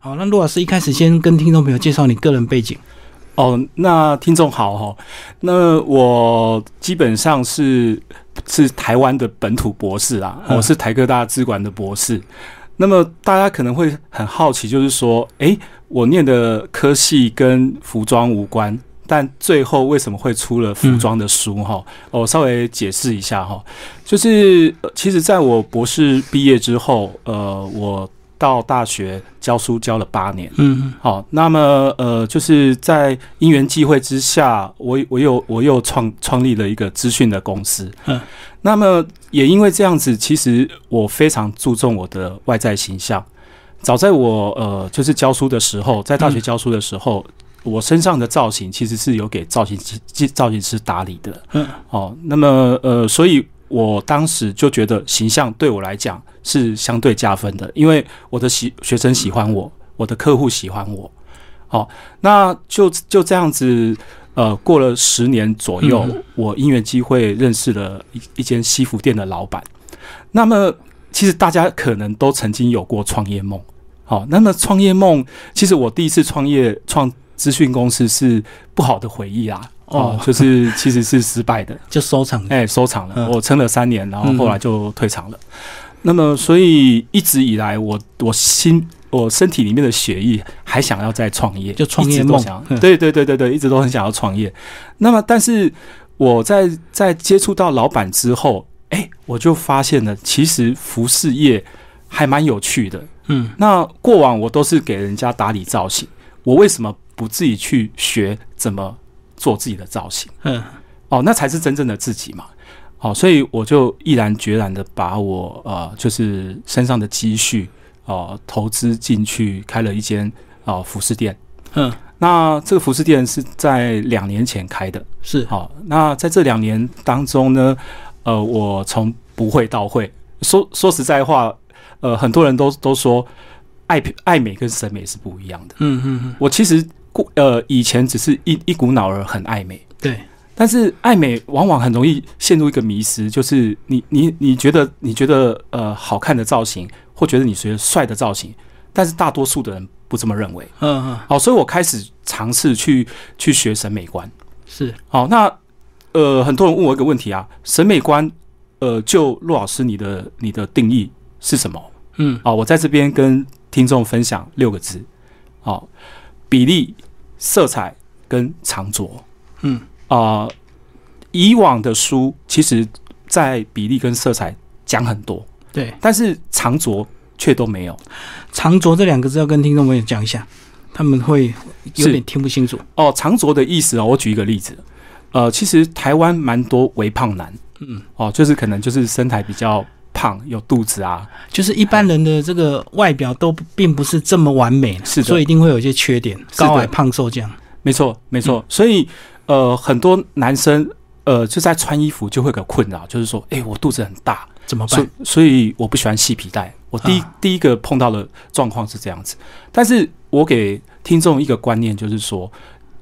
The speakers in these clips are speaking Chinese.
好，那陆老师一开始先跟听众朋友介绍你个人背景。哦，那听众好哦，那我基本上是是台湾的本土博士啦，嗯我是台科大资管的博士。那么大家可能会很好奇，就是说，诶、我念的科系跟服装无关，但最后为什么会出了服装的书？哈、我稍微解释一下哈，就是呃其实在我博士毕业之后，呃，我到大学教书教了八年。嗯好，那么呃，就是在因缘际会之下，我我又我又创创立了一个资讯的公司。嗯，那么也因为这样子，其实我非常注重我的外在形象。早在我呃，就是教书的时候，在大学嗯教书的时候，我身上的造型其实是有给造型师造型师打理的。嗯，哦，那么呃，所以我当时就觉得形象对我来讲是相对加分的，因为我的喜学生喜欢我，我的客户喜欢我。哦，那就就这样子，呃，过了十年左右，嗯我因缘机会认识了一一间西服店的老板。那么，其实大家可能都曾经有过创业梦。好、那么创业梦，其实我第一次创业创资讯公司是不好的回忆啦。哦哦，就是其实是失败的。就收藏。哎、收场了。嗯我撑了三年，然后嗯后来就退场了。那么，所以一直以来我，我心我身体里面的血液还想要再创业，就创一业直都梦想嗯对对对对对，一直都很想要创业。那么，但是我在在接触到老板之后，哎、我就发现了，其实服饰业还蛮有趣的。嗯那过往我都是给人家打理造型，我为什么不自己去学怎么做自己的造型？嗯哦，那才是真正的自己嘛。哦，所以我就毅然决然的把我呃，就是身上的积蓄哦、投资进去，开了一间哦、服饰店。嗯，那这个服饰店是在两年前开的。是好、那在这两年当中呢，呃，我从不会到会，说说实在话，呃，很多人都都说爱爱美跟审美是不一样的。嗯嗯嗯，我其实过呃以前只是一一股脑儿很爱美，对，但是爱美往往很容易陷入一个迷失，就是你你你觉得你觉得呃好看的造型，或觉得你觉得帅的造型，但是大多数的人不这么认为。嗯嗯好，所以我开始尝试去去学审美观。是好，那呃很多人问我一个问题啊，审美观，呃，就陆老师你的你的定义是什么？嗯好，我在这边跟听众分享六个字，好、比例、色彩跟长着。嗯啊、以往的书其实在比例跟色彩讲很多，对。但是长着却都没有。长着这两个字要跟听众朋友讲一下，他们会有是点听不清楚。哦，长着的意思哦，我举一个例子，呃，其实台湾蛮多微胖男嗯，哦，就是可能就是身材比较胖，有肚子啊，就是一般人的这个外表都不并不是这么完美，是的所以一定会有一些缺点，是的高矮胖瘦这样。没错没错。所以呃，很多男生呃就在穿衣服就会有个困扰，就是说，诶，我肚子很大，怎么所办？所以我不喜欢系皮带。我第一、啊第一个碰到的状况是这样子，但是我给听众一个观念，就是说，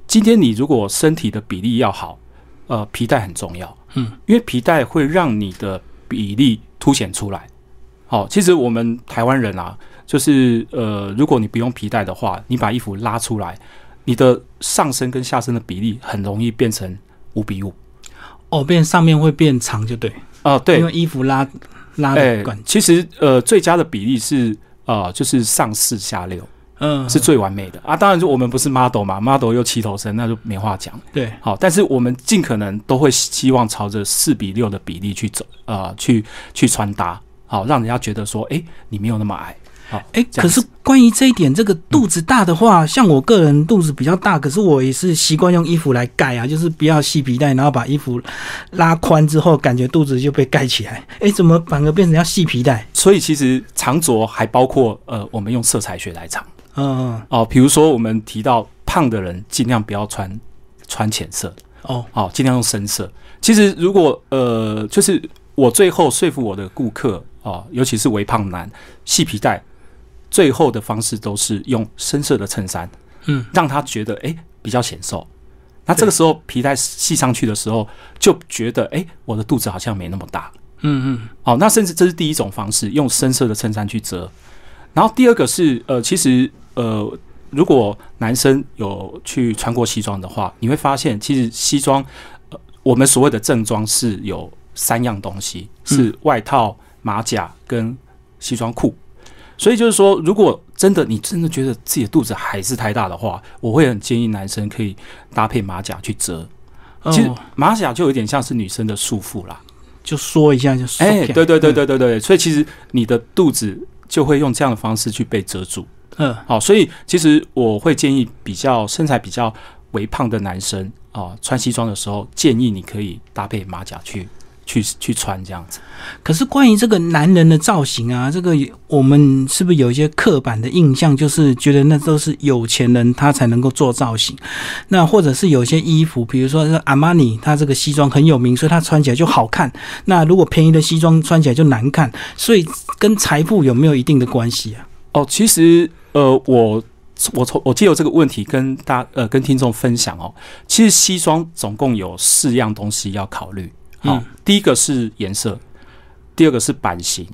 今天你如果身体的比例要好，呃，皮带很重要，嗯，因为皮带会让你的比例凸显出来。好、其实我们台湾人啊，就是呃，如果你不用皮带的话，你把衣服拉出来，你的上身跟下身的比例很容易变成五比五。哦，变上面会变长就对，哦、对因，为衣服拉拉哎的管，其实呃，最佳的比例是呃，就是上四下六嗯，是最完美的啊。当然，就我们不是 model 嘛，model 又七头身，那就没话讲。对，好，但是我们尽可能都会希望朝着四比六的比例去走，呃，去去穿搭，好，让人家觉得说，哎、你没有那么矮。好，哎、这可样子是关于这一点，这个肚子大的话，像我个人肚子比较大，可是我也是习惯用衣服来盖啊，就是不要系皮带，然后把衣服拉宽之后，感觉肚子就被盖起来。哎、怎么反而变成要系皮带？所以其实长着还包括呃，我们用色彩学来长嗯，哦，比如说我们提到胖的人尽量不要穿穿浅色，哦，好，尽量用深色。其实如果呃，就是我最后说服我的顾客啊、尤其是微胖男、细皮带，最后的方式都是用深色的衬衫，嗯，让他觉得诶比较显瘦。那这个时候皮带系上去的时候，就觉得诶我的肚子好哦像没那么大。嗯嗯，好，那甚至这是第一种方式，用深色的衬衫去遮。然后第二个是呃，其实呃，如果男生有去穿过西装的话，你会发现其实西装，呃，我们所谓的正装是有三样东西，是外套、马甲跟西装裤。所以就是说，如果真的你真的觉得自己的肚子还是太大的话，我会很建议男生可以搭配马甲去遮。其实哦，马甲就有点像是女生的束缚啦。就说一下就说。哎、对对对，对对对，所以其实你的肚子就会用这样的方式去被遮住。嗯，好，所以其实我会建议比较身材比较微胖的男生啊，穿西装的时候，建议你可以搭配马甲去去去穿这样子。可是关于这个男人的造型啊，这个我们是不是有一些刻板的印象，就是觉得那都是有钱人他才能够做造型？那或者是有些衣服，比如说是阿玛尼，他这个西装很有名，所以他穿起来就好看。那如果便宜的西装穿起来就难看，所以跟财富有没有一定的关系啊？哦，其实呃，我我从我借由这个问题跟大呃跟听众分享哦，其实西装总共有四样东西要考虑。好、嗯第一个是颜色，第二个是版型，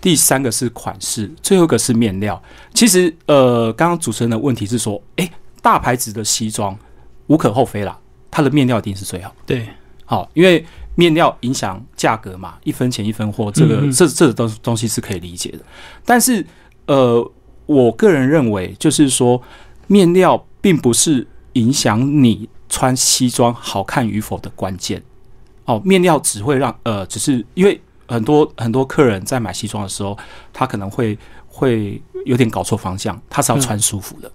第三个是款式，最后一个是面料。其实呃，刚刚主持人的问题是说，诶，大牌子的西装无可厚非啦，它的面料一定是最好。对，好，因为面料影响价格嘛，一分钱一分货，这个、嗯嗯这这东东西是可以理解的。但是，呃，我个人认为，就是说，面料并不是影响你穿西装好看与否的关键。哦，面料只会让呃，只是因为很多很多客人在买西装的时候，他可能会会有点搞错方向，他是要嗯穿舒服的。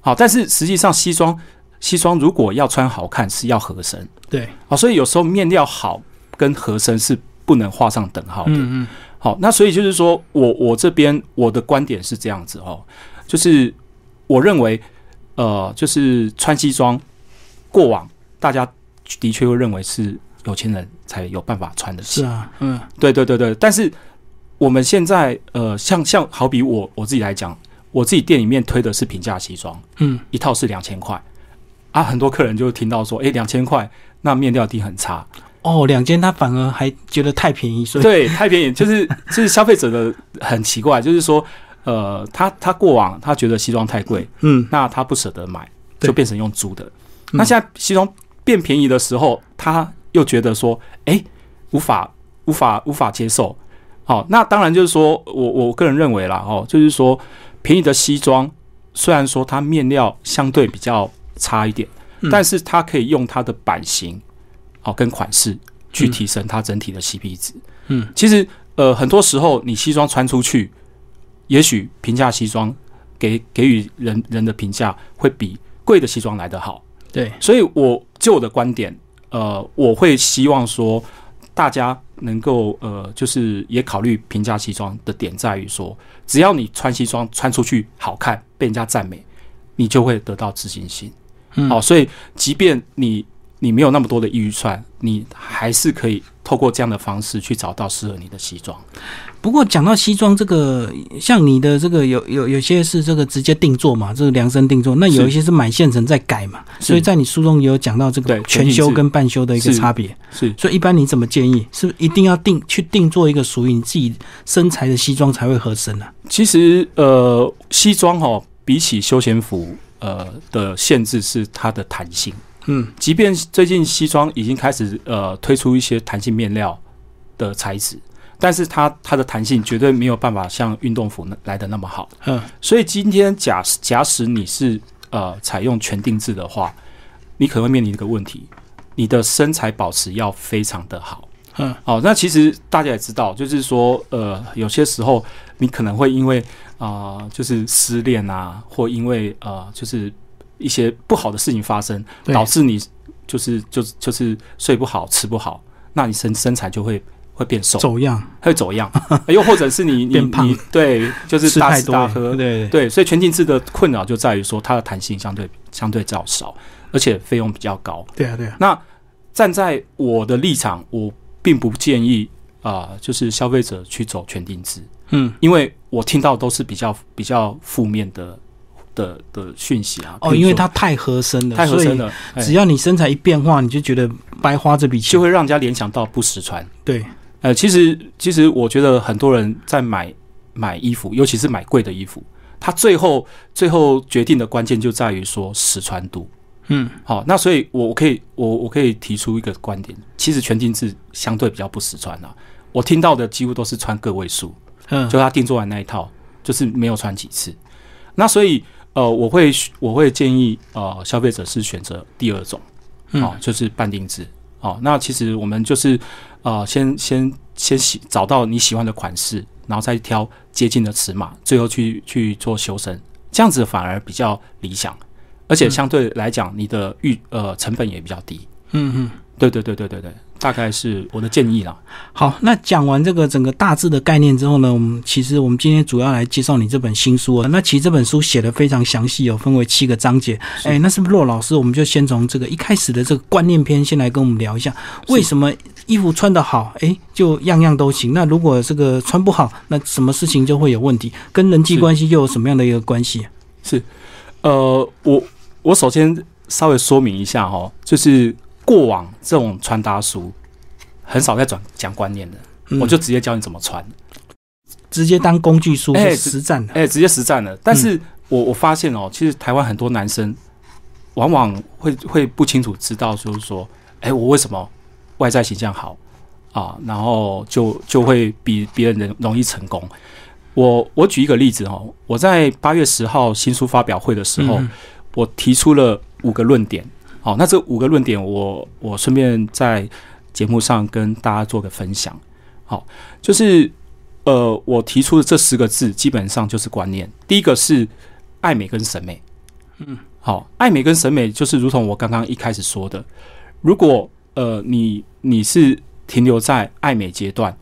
好，但是实际上西装西装如果要穿好看，是要合身。对，好，哦所以有时候面料好跟合身是不能画上等号的。嗯嗯，好，那所以就是说我我这边我的观点是这样子哦，就是我认为呃，就是穿西装，过往大家的确会认为是有钱人才有办法穿得起是，啊，嗯对对对对，但是我们现在呃，像像好比我我自己来讲，我自己店里面推的是平价西装，嗯，一套是两千块啊，很多客人就听到说，诶两千块，那面料一定很差，哦，两间他反而还觉得太便宜，所以对，太便宜，就是就是消费者的很奇怪，就是说，呃，他他过往他觉得西装太贵，嗯，那他不舍得买，对嗯就变成用租的。那现在西装变便宜的时候，他又觉得说，哎、无法无法无法接受。好、那当然就是说我我个人认为啦，哦，就是说便宜的西装虽然说它面料相对比较差一点，嗯但是它可以用它的版型，哦，跟款式去嗯提升它整体的 CP 值。嗯，其实呃，很多时候你西装穿出去，也许平价西装给给予人人的评价会比贵的西装来得好。对，所以我就我的观点，呃，我会希望说大家能够呃，就是也考虑平价西装的点在于说，只要你穿西装穿出去好看，被人家赞美，你就会得到自信心。嗯好、所以即便你你没有那么多的预算，你还是可以透过这样的方式去找到适合你的西装。不过讲到西装这个，像你的这个有有有些是这个直接定做嘛，这个量身定做，那有一些是买现成再改嘛，是所以在你书中也有讲到这个对全修跟半修的一个是差别。是所以一般你怎么建议？是不是一定要定去定做一个属于你自己身材的西装才会合身啊？其实呃，西装哈、哦，比起休闲服呃的限制是它的弹性。嗯即便最近西装已经开始呃推出一些弹性面料的材质，但是它它的弹性绝对没有办法像运动服那来的那么好。嗯所以今天假假使你是呃采用全定制的话，你可能会面临一个问题，你的身材保持要非常的好。嗯，好、那其实大家也知道，就是说，呃，有些时候你可能会因为啊、呃就是失恋啊，或因为呃，就是一些不好的事情发生，对导致你就是就是就是睡不好、吃不好，那你身身材就会会变瘦，走样会走样，哎又或者是你你 变胖你对，就是吃大太吃多大了，对，对喝对，对，所以全禁制的困扰就在于说它的弹性相对相对较少，而且费用比较高。对啊对啊，那站在我的立场，我并不建议啊、就是消费者去走全定制，嗯。因为我听到都是比较比较负面的的的讯息啊。哦，比如说因为它太合身了，太合身所了，以哎只要你身材一变化，你就觉得白花这笔钱。就会让人家联想到不实穿。对，呃，其实其实我觉得很多人在买买衣服，尤其是买贵的衣服，它最后最后决定的关键就在于说实穿度。嗯，好，那所以我，我可以，我我可以提出一个观点，其实全定制相对比较不实穿啦。我听到的几乎都是穿个位数，嗯就他定做完那一套，就是没有穿几次。那所以，呃，我会我会建议呃消费者是选择第二种，嗯哦，就是半定制。哦，那其实我们就是呃先先先喜找到你喜欢的款式，然后再挑接近的尺码，最后去去做修身，这样子反而比较理想，而且嗯相对来讲，你的预呃成本也比较低。嗯嗯。对对对对对对，大概是我的建议啦。好，那讲完这个整个大致的概念之后呢，我们其实我们今天主要来介绍你这本新书哦。那其实这本书写的非常详细哦，分为七个章节。哎，那是不是骆老师？我们就先从这个一开始的这个观念篇先来跟我们聊一下，是为什么衣服穿得好，哎，就样样都行？那如果这个穿不好，那什么事情就会有问题？跟人际是关系又有什么样的一个关系？啊呃，我我首先稍微说明一下哈，就是过往这种穿搭书很少在讲讲观念的，嗯我就直接教你怎么穿，直接当工具书哎去实战嗯的。哎、直接实战了。但是我我发现哦，其实台湾很多男生往往会会不清楚知道，就是说，哎、我为什么外在形象好啊，然后就就会比别人容易成功。我我举一个例子哦，我在八月十号新书发表会的时候，嗯我提出了五个论点。好，那这五个论点我，我顺便在节目上跟大家做个分享。好，就是呃，我提出的这十个字基本上就是观念。第一个是爱美跟审美，嗯，好，爱美跟审美就是如同我刚刚一开始说的，如果呃你你是停留在爱美阶段，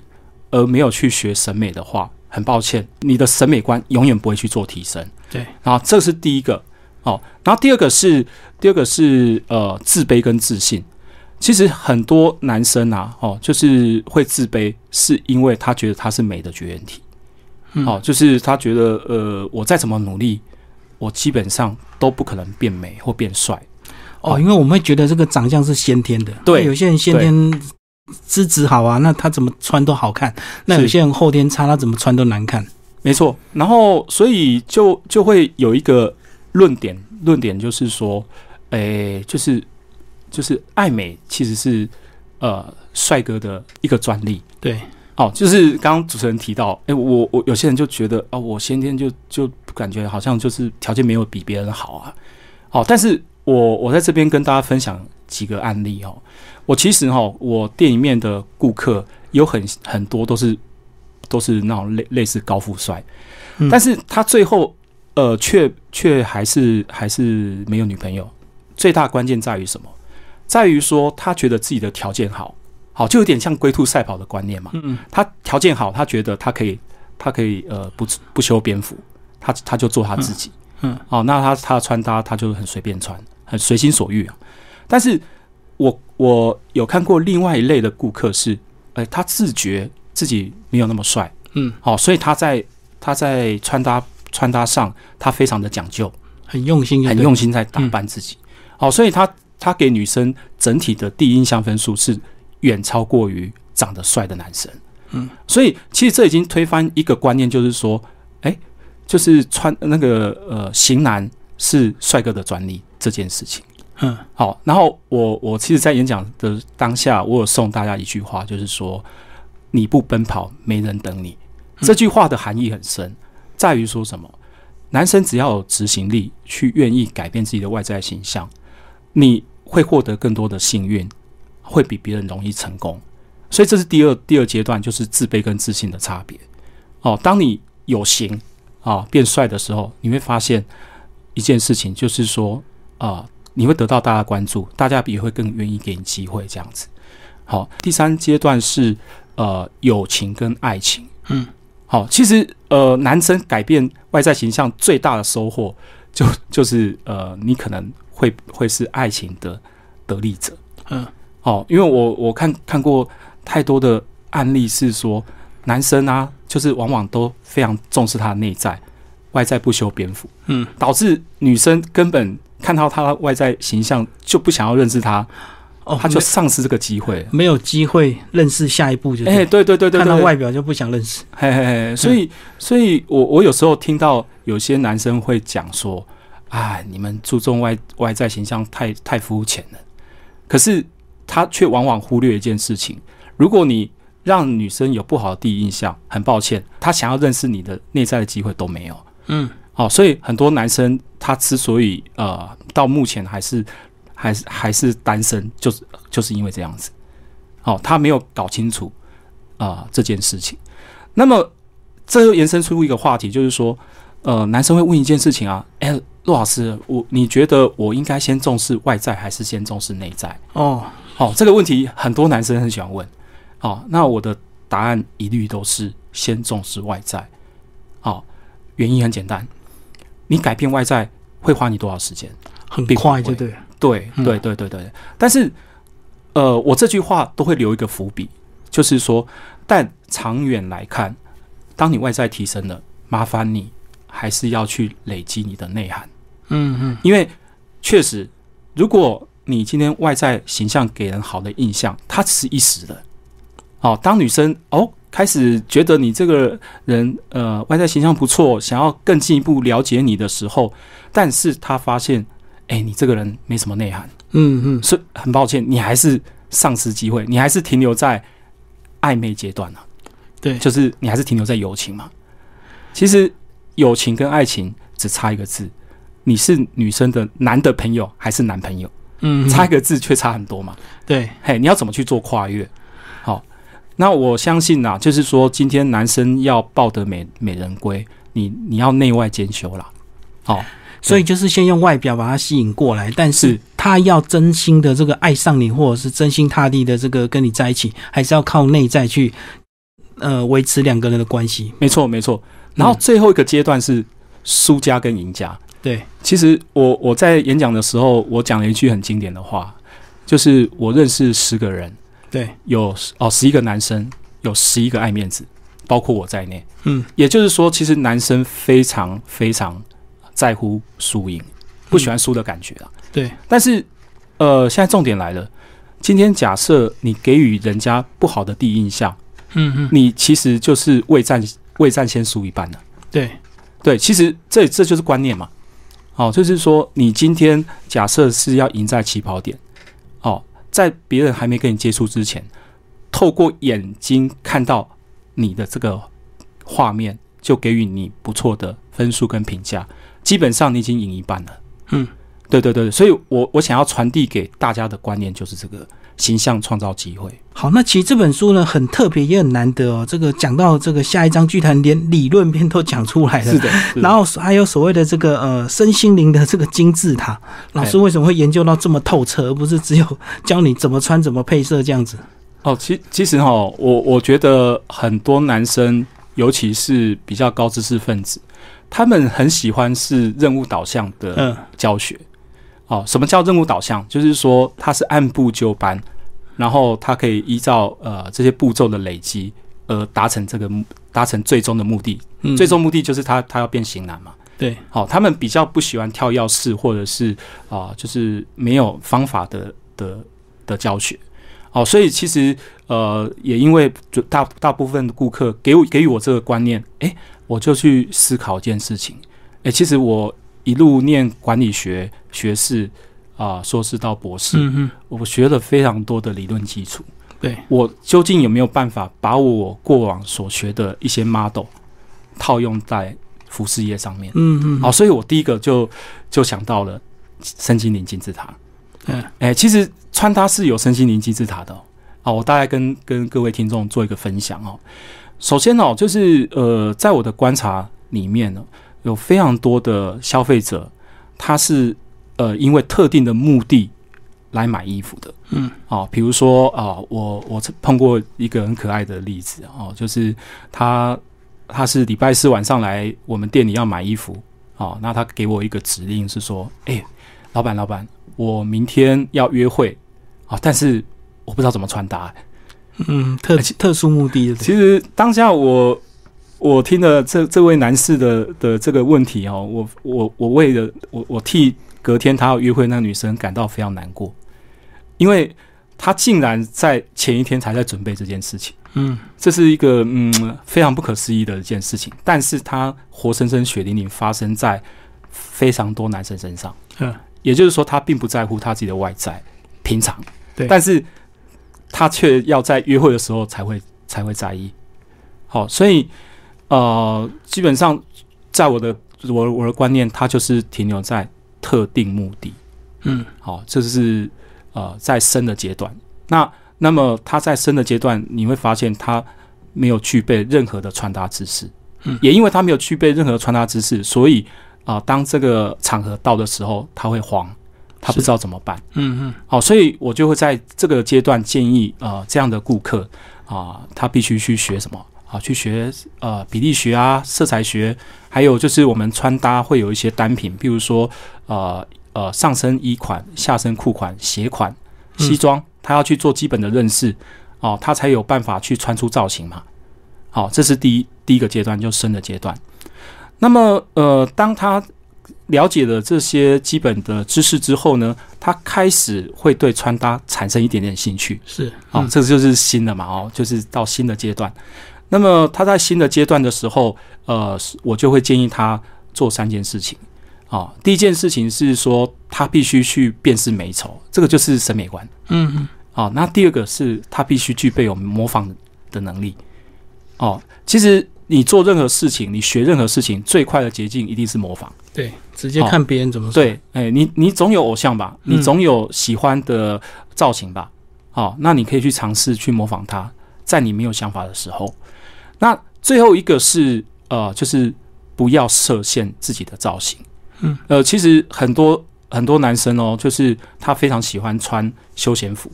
而没有去学审美的话，很抱歉，你的审美观永远不会去做提升。对，然后这是第一个哦，然后第二个是第二个是呃自卑跟自信。其实很多男生啊，哦，就是会自卑，是因为他觉得他是美的绝缘体。嗯哦，就是他觉得呃，我再怎么努力，我基本上都不可能变美或变帅。哦，因为我们会觉得这个长相是先天的，对那有些人先天资质好啊，那他怎么穿都好看；那有些人后天差，他怎么穿都难看。没错，然后所以就就会有一个论点，论点就是说，诶、就是就是爱美其实是呃帅哥的一个专利对，哦，就是刚刚主持人提到，诶、我我有些人就觉得啊、我先天就就感觉好像就是条件没有比别人好啊，哦，但是我我在这边跟大家分享几个案例哦，我其实哈、哦，我店里面的顾客有很很多都是都是那种类类似高富帅。嗯但是他最后呃，却却还是还是没有女朋友。最大关键在于什么？在于说他觉得自己的条件好，好就有点像龟兔赛跑的观念嘛。嗯他条件好，他觉得他可以，他可以呃不不修边幅，他他就做他自己。嗯嗯哦，那他他的穿搭他就很随便穿，很随心所欲啊。但是我我有看过另外一类的顾客是，哎、他自觉自己没有那么帅，嗯，好、所以他在他在穿搭穿搭上，他非常的讲究，很用心就对，嗯很用心在打扮自己。好、所以他他给女生整体的第一印象分数是远超过于长得帅的男生。嗯，所以其实这已经推翻一个观念，就是说，哎、就是穿那个呃型男是帅哥的专利这件事情。嗯好，然后我我其实，在演讲的当下，我有送大家一句话，就是说，你不奔跑，没人等你。嗯这句话的含义很深，在于说什么？男生只要有执行力，去愿意改变自己的外在形象，你会获得更多的幸运，会比别人容易成功。所以这是第二第二阶段，就是自卑跟自信的差别。哦，当你有型啊变帅的时候，你会发现一件事情，就是说啊、你会得到大家关注，大家也会更愿意给你机会这样子。好，第三阶段是呃友情跟爱情。嗯，好，其实呃男生改变外在形象最大的收获就就是呃你可能会会是爱情的得利者。嗯，哦，因为我我看看过太多的案例是说男生啊，就是往往都非常重视他的内在，外在不修边幅。嗯，导致女生根本看到他的外在形象就不想要认识他，哦，他就丧失这个机会。没有机会认识下一步就，哎、是对对对对看到对，外表就不想认识。嘿嘿嘿，所以，所以我我有时候听到有些男生会讲说，啊，你们注重外外在形象太太肤浅了，可是他却往往忽略一件事情：如果你让女生有不好的第一印象，很抱歉，她想要认识你的内在的机会都没有。嗯，哦，所以很多男生他之所以呃到目前还是还是还是单身，就是就是因为这样子，哦，他没有搞清楚啊、呃这件事情。那么这又延伸出一个话题，就是说，呃，男生会问一件事情啊，哎、陆老师，我你觉得我应该先重视外在还是先重视内在？哦，哦，这个问题很多男生很喜欢问。哦，那我的答案一律都是先重视外在。哦，原因很简单，你改变外在会花你多少时间？很并不快会就对了。对嗯对对对对。但是，呃，我这句话都会留一个伏笔，就是说，但长远来看，当你外在提升了，麻烦你还是要去累积你的内涵，嗯嗯，因为确实，如果你今天外在形象给人好的印象，它只是一时的。哦，当女生哦开始觉得你这个人呃外在形象不错，想要更进一步了解你的时候，但是她发现，哎，你这个人没什么内涵。嗯嗯，所以很抱歉，你还是丧失机会，你还是停留在暧昧阶段啊，对，就是你还是停留在友情嘛。其实友情跟爱情只差一个字，你是女生的男的朋友还是男朋友，嗯嗯差一个字却差很多嘛。对，嘿，你要怎么去做跨越？好，那我相信呐、就是说今天男生要抱得美美人归，你你要内外兼修啦。好、所以就是先用外表把他吸引过来，但是是他要真心的这个爱上你，或者是真心踏地的这个跟你在一起，还是要靠内在去呃维持两个人的关系。没错没错。然后嗯最后一个阶段是输家跟赢家。对，其实我我在演讲的时候，我讲了一句很经典的话，就是我认识十个人，对，有哦十一个男生，有十一个爱面子，包括我在内。嗯，也就是说，其实男生非常非常在乎输赢，不喜欢输的感觉啊。对，但是，呃，现在重点来了，今天假设你给予人家不好的第一印象，嗯嗯，你其实就是未战未战先输一半了。对，对，其实这这就是观念嘛。哦，就是说你今天假设是要赢在起跑点，哦，在别人还没跟你接触之前，透过眼睛看到你的这个画面，就给予你不错的分数跟评价，基本上你已经赢一半了。嗯，对对对，所以我我想要传递给大家的观念就是这个形象创造机会。好，那其实这本书呢很特别，也很难得哦。这个讲到这个下一章剧团，连理论篇都讲出来了。 是的，是的然后还有所谓的这个呃身心灵的这个金字塔，哎老师为什么会研究到这么透彻，而不是只有教你怎么穿、怎么配色这样子？哦，其其实哈、我我觉得很多男生，尤其是比较高知识分子，他们很喜欢是任务导向的嗯，教学。哦，什么叫任务导向？就是说他是按部就班，然后他可以依照呃这些步骤的累积而达成这个目，达成最终的目的。嗯最终目的就是他他要变型男嘛。对，好、他们比较不喜欢跳钥匙或者是啊、就是没有方法的的的教学。哦，所以其实呃，也因为就大大部分的顾客给我给予我这个观念，诶，我就去思考一件事情，诶，其实我一路念管理学学士啊、硕士到博士，嗯嗯，我学了非常多的理论基础。对，我究竟有没有办法把我过往所学的一些 model 套用在服饰业上面？嗯嗯，好，，所以我第一个就就想到了身心灵金字塔。嗯，哎、其实穿搭是有身心灵金字塔的、哦。好，我大概跟跟各位听众做一个分享哦。首先哦，就是呃，在我的观察里面呢，有非常多的消费者，他是呃因为特定的目的来买衣服的。嗯，哦，比如说啊、我我碰过一个很可爱的例子哦，就是他他是礼拜四晚上来我们店里要买衣服，哦，那他给我一个指令是说，哎、老板老板，我明天要约会啊、但是我不知道怎么穿搭、嗯，特而且特殊目的的，其实当下我我听了这这位男士的的这个问题哦，我我我为了我我替隔天他要约会那女生感到非常难过，因为他竟然在前一天才在准备这件事情，嗯这是一个嗯非常不可思议的一件事情，但是它活生生、血淋淋发生在非常多男生身上。嗯，也就是说，他并不在乎他自己的外在平常，对但是他却要在约会的时候才会才会在意。好，所以呃，基本上在我的我的我的观念，它就是停留在特定目的。嗯好，这是呃在生的阶段。那那么他在生的阶段，你会发现他没有具备任何的穿搭知识，嗯也因为他没有具备任何穿搭知识，所以啊、当这个场合到的时候，他会慌，他不是知道怎么办。嗯嗯好，所以我就会在这个阶段建议呃这样的顾客啊、他必须去学什么啊？去学呃比例学啊、色彩学，还有就是我们穿搭会有一些单品，比如说呃呃上身衣款、下身裤款、鞋款、嗯西装，他要去做基本的认识哦、他才有办法去穿出造型嘛。好、这是第一第一个阶段，就深的阶段。那么呃，当他了解了这些基本的知识之后呢，他开始会对穿搭产生一点点兴趣。是哦，嗯这就是新的嘛，哦，就是到新的阶段。那么他在新的阶段的时候，呃，我就会建议他做三件事情。哦，第一件事情是说他必须去辨识美丑，这个就是审美观。嗯嗯哦，那第二个是他必须具备有模仿的能力。哦，其实你做任何事情，你学任何事情，最快的捷径一定是模仿。对，直接看别人怎么说，对，哎、你你总有偶像吧，嗯你总有喜欢的造型吧，好、那你可以去尝试去模仿他，在你没有想法的时候。那最后一个是呃，就是不要设限自己的造型。嗯，呃，其实很多很多男生哦，就是他非常喜欢穿休闲服，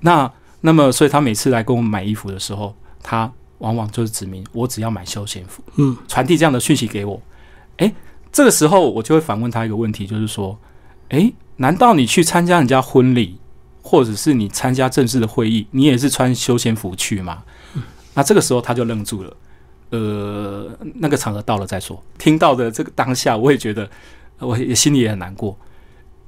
那那么所以他每次来跟我们买衣服的时候，他往往就是指明我只要买休闲服。嗯传递这样的讯息给我，诶，这个时候我就会反问他一个问题，就是说，诶，难道你去参加人家婚礼，或者是你参加正式的会议，你也是穿休闲服去吗？那这个时候他就愣住了，呃，那个场合到了再说。听到的这个当下，我也觉得，呃我也心里也很难过。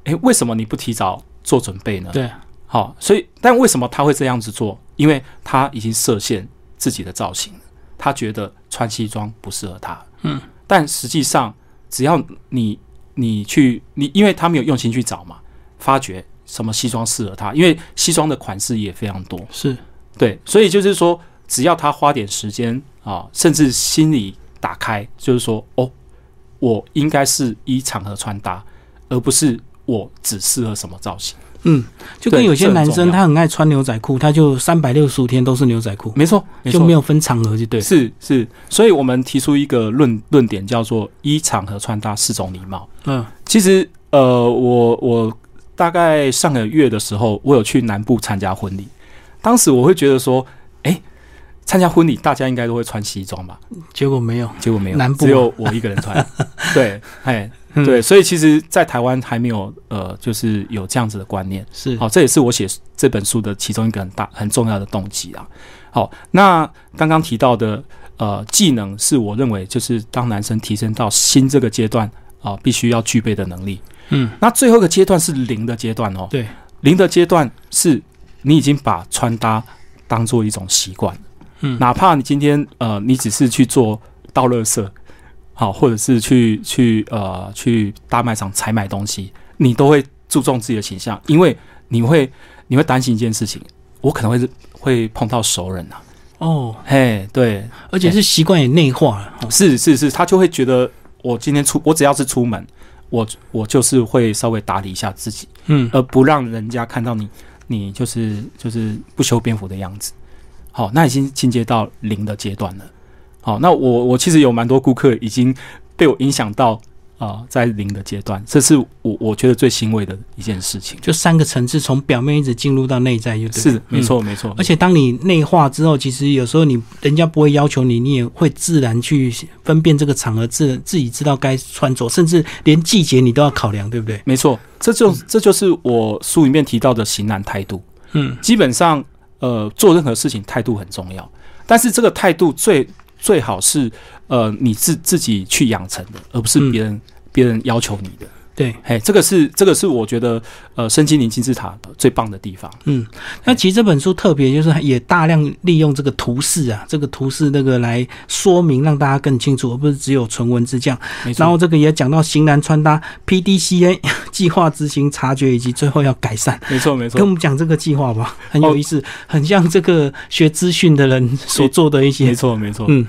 诶，为什么你不提早做准备呢？对，好、所以但为什么他会这样子做？因为他已经设限自己的造型了，他觉得穿西装不适合他。嗯，但实际上，只要你你去你，因为他没有用心去找嘛，发觉什么西装适合他，因为西装的款式也非常多。是对，所以就是说，只要他花点时间啊，甚至心里打开，就是说，哦，我应该是依场合穿搭，而不是我只适合什么造型。嗯，就跟对有些这很男重生要他很爱穿牛仔裤，他就三百六十五天都是牛仔裤，没错，没就错，没有分场合，就对了，是是，所以我们提出一个论论点，叫做一场合穿搭四种礼貌。嗯其实，呃，我我大概上个月的时候，我有去南部参加婚礼，当时我会觉得说，哎、参加婚礼大家应该都会穿 西装吧？结果没有，结果没有，南部啊只有我一个人 穿。对，哎，嗯对，所以其实，在台湾还没有呃，就是有这样子的观念。是好、这也是我写这本书的其中一个很大很重要的动机啊。好，那刚刚提到的呃技能，是我认为就是当男生提升到新这个阶段啊、必须要具备的能力。嗯那最后一个阶段是零的阶段哦。对，零的阶段是你已经把穿搭当做一种习惯了，嗯哪怕你今天呃，你只是去做倒垃圾，好、或者是去去呃去大卖场采买东西，你都会注重自己的形象，因为你会你会担心一件事情，我可能会会碰到熟人啊，哦，嘿，对，而且是哎习惯也内化了，哦是是是，他就会觉得我今天出，我只要是出门，我我就是会稍微打理一下自己。嗯而不让人家看到你，你就是就是不修边幅的样子。好，那已经进阶到零的阶段了。好，那我我其实有蛮多顾客已经被我影响到啊、呃在零的阶段，这是我我觉得最欣慰的一件事情。就三个层次，从表面一直进入到内在，就对了，是，没嗯错，没错而。且当你内化之后，其实有时候你人家不会要求你，你也会自然去分辨这个场合，自自己知道该穿着，甚至连季节你都要考量，对不对？没错，这就这就是我书里面提到的型男态度。嗯基本上，呃，做任何事情态度很重要，但是这个态度最最嗯好是呃你自自己去养成的，而不是别人别、人要求你的。对，嘿，这个是这个是我觉得呃身心灵金字塔最棒的地方。嗯，那其实这本书特别就是也大量利用这个图示啊，这个图示那个来说明，让大家更清楚，而不是只有纯文字这样。没错，然后这个也讲到型男穿搭 PDCA 计划执行察觉以及最后要改善。没错没错哦跟我，们讲这个计划吧，很有意思，很像这个学资讯的人所做的一没些。错没错。嗯，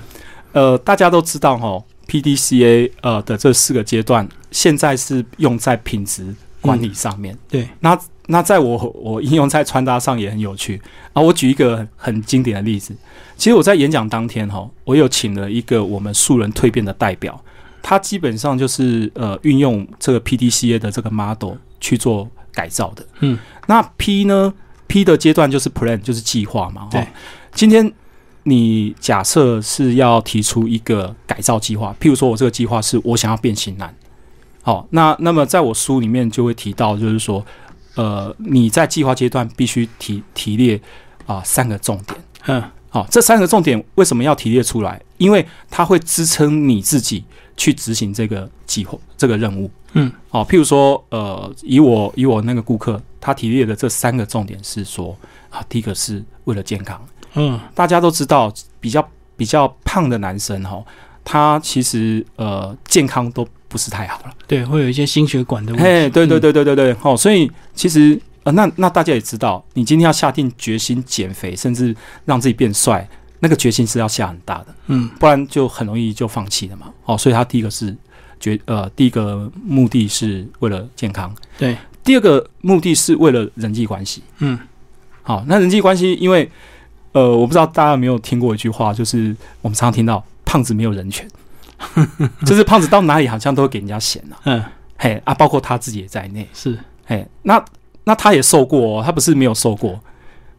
呃，大家都知道哈，PDCA 呃的这四个阶段，现在是用在品质管理上面。对，那那在我我应用在穿搭上也很有趣啊。我举一个很很经典的例子，其实我在演讲当天哈，我有请了一个我们素人蜕变的代表，他基本上就是呃运用这个 PDCA 的这个 model 去做改造的。嗯，那 P 呢？P 的阶段就是 plan，就是计划嘛。对哈，今天你假设是要提出一个改造计划，譬如说我这个计划是我想要变型男。好，那那么在我书里面就会提到，就是说，呃，你在计划阶段必须提提列啊、三个重点。嗯，好、这三个重点为什么要提列出来？因为它会支撑你自己去执行这个计划、这个任务。嗯，好、譬如说，呃，以我以我那个顾客，他提列的这三个重点是说，啊，第一个是为了健康，嗯，大家都知道，比较比较胖的男生哈、他其实呃健康都不是太好了。对，会有一些心血管的问题。嘿，对对对对对对，好、所以其实呃，那那大家也知道，你今天要下定决心减肥，甚至让自己变帅，那个决心是要下很大的，嗯不然就很容易就放弃了嘛。哦，所以他第一个是决呃，第一个目的是为了健康，对，第二个目的是为了人际关系。嗯，好，那人际关系，因为呃，我不知道大家有没有听过一句话，就是我们常常听到“胖子没有人权”， 就是胖子到哪里好像都会给人家嫌啊。嗯，嘿啊，包括他自己也在内。是，嘿，那那他也受过、哦，他不是没有受过。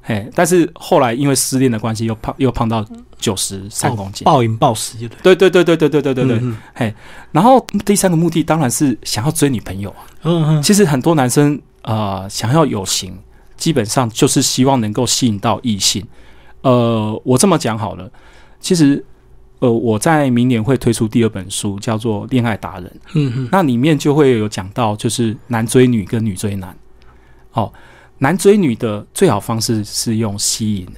嘿，但是后来因为失恋的关系，又胖又胖到九十三公斤。暴饮暴食就对。对对对对对对对对对。哦嗯然后第三个目的当然是想要追女朋友啊。嗯嗯其实很多男生呃想要有型，基本上就是希望能够吸引到异性。呃，我这么讲好了，其实呃我在明年会推出第二本书，叫做《恋爱达人》。嗯嗯，那里面就会有讲到，就是男追女跟女追男。哦，男追女的最好方式是用吸引的。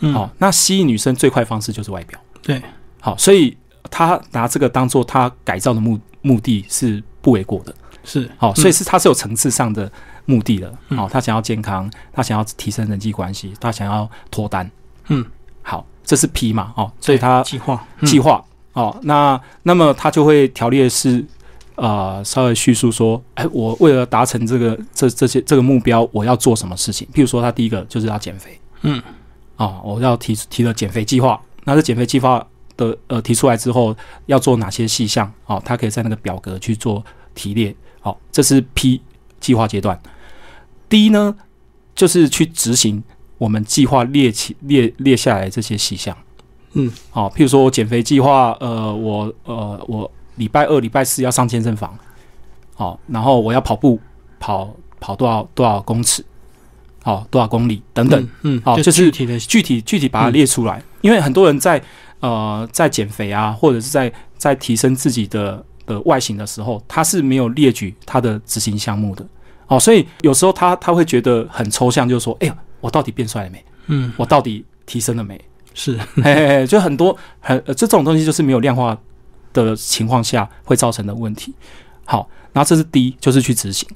嗯哦，那吸引女生最快方式就是外表。对，好、所以他拿这个当做他改造的目目的是不为过的。是，好、嗯所以是他是有层次上的目的的。好、他想要健康，他想要提升人际关系，他想要脱单。嗯，好，这是 P 嘛？哦，所以他计划计划，划、哦，那那么他就会条列是呃稍微叙述说，哎，我为了达成这个这这些这个目标，我要做什么事情？譬如说，他第一个就是要减肥，嗯，啊、我要提提了减肥计划，那这减肥计划的呃提出来之后要做哪些细项？哦，他可以在那个表格去做提列。好、这是 P 计划阶段。D 呢，就是去执行我们计划列起列列下来这些细项。嗯，好、譬如说我减肥计划，呃，我呃我礼拜二、礼拜四要上健身房，好、然后我要跑步，跑跑多少多少公尺，好、多少公里等等。嗯，嗯，好就就是具体的，具体具体把它列出来，因为很多人在呃在减肥啊，或者是在在提升自己的的外形的时候，他是没有列举他的执行项目的。哦，所以有时候他他会觉得很抽象，就是说，哎呀，我到底变帅了没？嗯，我到底提升了没？是，嘿 嘿嘿，就很多很、呃、这种东西就是没有量化的情况下会造成的问题。好，然后这是 D，就是去执行。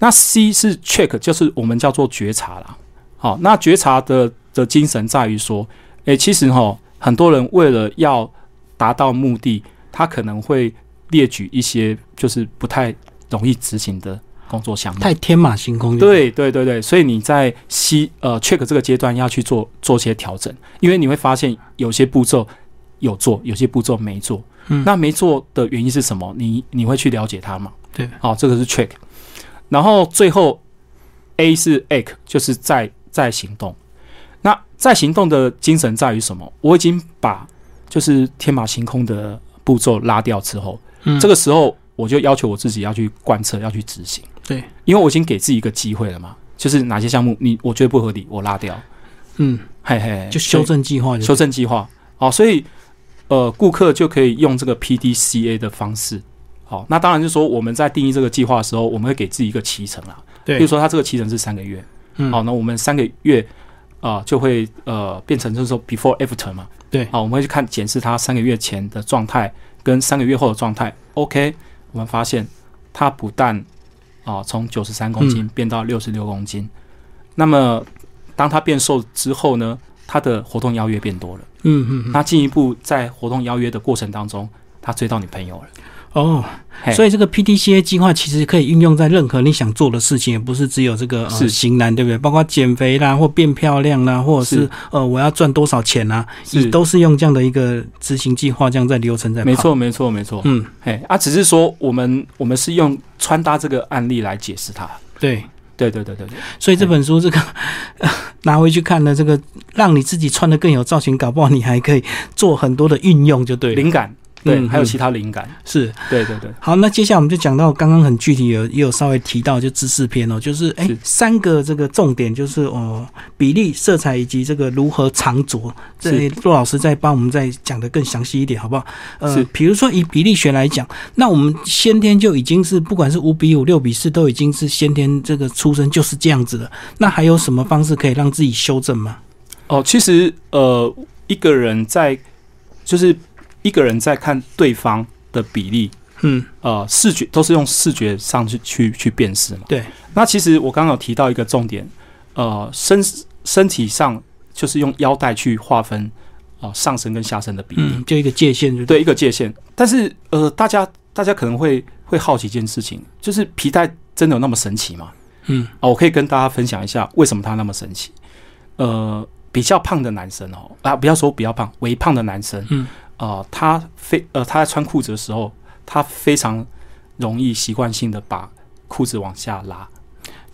那 C 是 check，就是我们叫做觉察啦。好，那觉察的的精神在于说，诶、其实哈，很多人为了要达到目的，他可能会列举一些就是不太容易执行的工作项目。太天马行空。，对对对对，所以你在吸呃 check 这个阶段要去做做些调整，因为你会发现有些步骤有做，有些步骤没做。嗯那没做的原因是什么？你你会去了解它吗？对，好、这个是 check。然后最后 A 是 act，就是在在行动。那在行动的精神在于什么？我已经把就是天马行空的步骤拉掉之后，嗯，这个时候我就要求我自己要去贯彻，要去执行。对，因为我已经给自己一个机会了嘛，就是哪些项目你我觉得不合理，我拉掉，嗯，嘿嘿，就修正计划对就修正计划。哦，所以呃，顾客就可以用这个 PDCA 的方式好，那当然就是说我们在定义这个计划的时候，我们会给自己一个期程啦。对，比如说它这个期程是三个月，嗯，好，那我们三个月啊、呃就会呃变成就是说 before after 嘛。对好，我们会去看检视它三个月前的状态跟三个月后的状态。OK，我们发现它不但啊从九十三公嗯斤变到六十六公斤，那么当它变瘦之后呢，它的活动邀约变多了。嗯嗯嗯，那进一步在活动邀约的过程当中，他追到你朋友了。哦，嘿所以这个 PDCA 计划其实可以运用在任何你想做的事情，也不是只有这个呃是型男，对不对？包括减肥啦，或变漂亮啦，或者是是呃我要赚多少钱啊啦，是你哎都是用这样的一个执行计划，这样在流程在跑没，错，没错，没错。嗯，嘿，啊，只是说我们我们是用穿搭这个案例来解释它。对。对对对对对，所以这本书这个、呃拿回去看了，这个让你自己穿的更有造型，搞不好你还可以做很多的运用，就对了。灵感，对，嗯还嗯有其他灵感，是对对对，好，那接下来我们就讲到刚刚很具体有也有稍微提到就知识篇哦，就是哎、是三个这个重点就是哦、比例、色彩以及这个如何藏拙，这是陆老师再帮我们再讲的更详细一点好不好？呃是，比如说以比例学来讲，那我们先天就已经是不管是五比五、六比四，都已经是先天这个出生就是这样子了。那还有什么方式可以让自己修正吗？哦，其实呃，一个人在就是一个人在看对方的比例，嗯，呃，视觉都是用视觉上去去去辨识嘛。对。那其实我刚刚有提到一个重点，呃，身身体上就是用腰带去划分啊、呃上身跟下身的比例，嗯，就一个界限就对一个界限。但是呃，大家大家可能会会好奇一件事情，就是皮带真的有那么神奇吗？嗯啊，我可以跟大家分享一下为什么它那么神奇。呃，比较胖的男生哦，啊，不要说比较胖，微胖的男生，嗯，啊，他非呃他在穿裤子的时候，他非常容易习惯性的把裤子往下拉，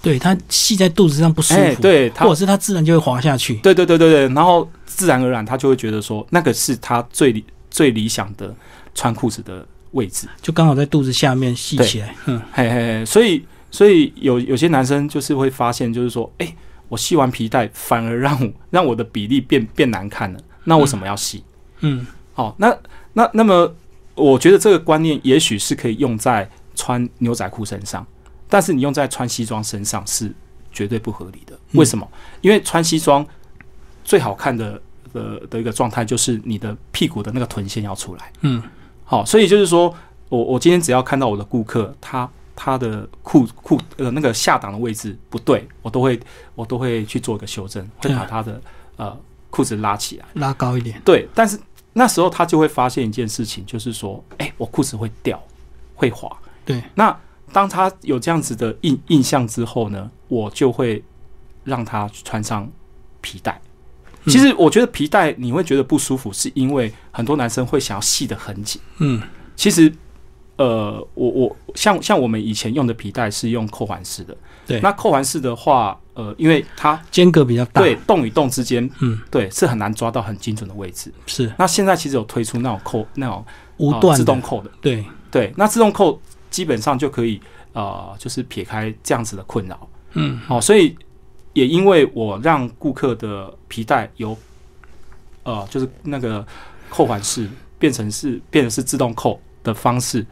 对，它系在肚子上不舒服，哎，，对他或者，是它自然就会滑下去。对对对对对，然后自然而然他就会觉得说，那个是他最理最理想的穿裤子的位置，就刚好在肚子下面系对起来。嗯，嘿嘿嘿，所以所以有有些男生就是会发现，就是说，哎、我系完皮带反而让我 让我的比例变变难看了，那为什么要系？嗯好、那那那么，我觉得这个观念也许是可以用在穿牛仔裤身上，但是你用在穿西装身上是绝对不合理的。为什么？因为穿西装最好看的的的一个状态就是你的屁股的那个臀线要出来。嗯，好，所以就是说我我今天只要看到我的顾客他他的裤裤呃那个下档的位置不对，我都会我都会去做一个修正，会把嗯他的呃裤子拉起来。拉高一点。对，但是那时候他就会发现一件事情，就是说，哎、我裤子会掉，会滑。对，那当他有这样子的印印象之后呢，我就会让他穿上皮带。嗯其实我觉得皮带你会觉得不舒服，是因为很多男生会想要系得很紧。嗯，其实，呃，我我像像我们以前用的皮带是用扣环式的，对那扣环式的话，呃，因为它间隔比较大。对，动与动之间，嗯，对，是很难抓到很精准的位置。是那现在其实有推出那种扣那种无呃段的、自动扣的，对，对，那自动扣基本上就可以呃，就是撇开这样子的困扰。嗯，好、所以也因为我让顾客的皮带由呃，就是那个扣环式变成是变成是自动扣的方式，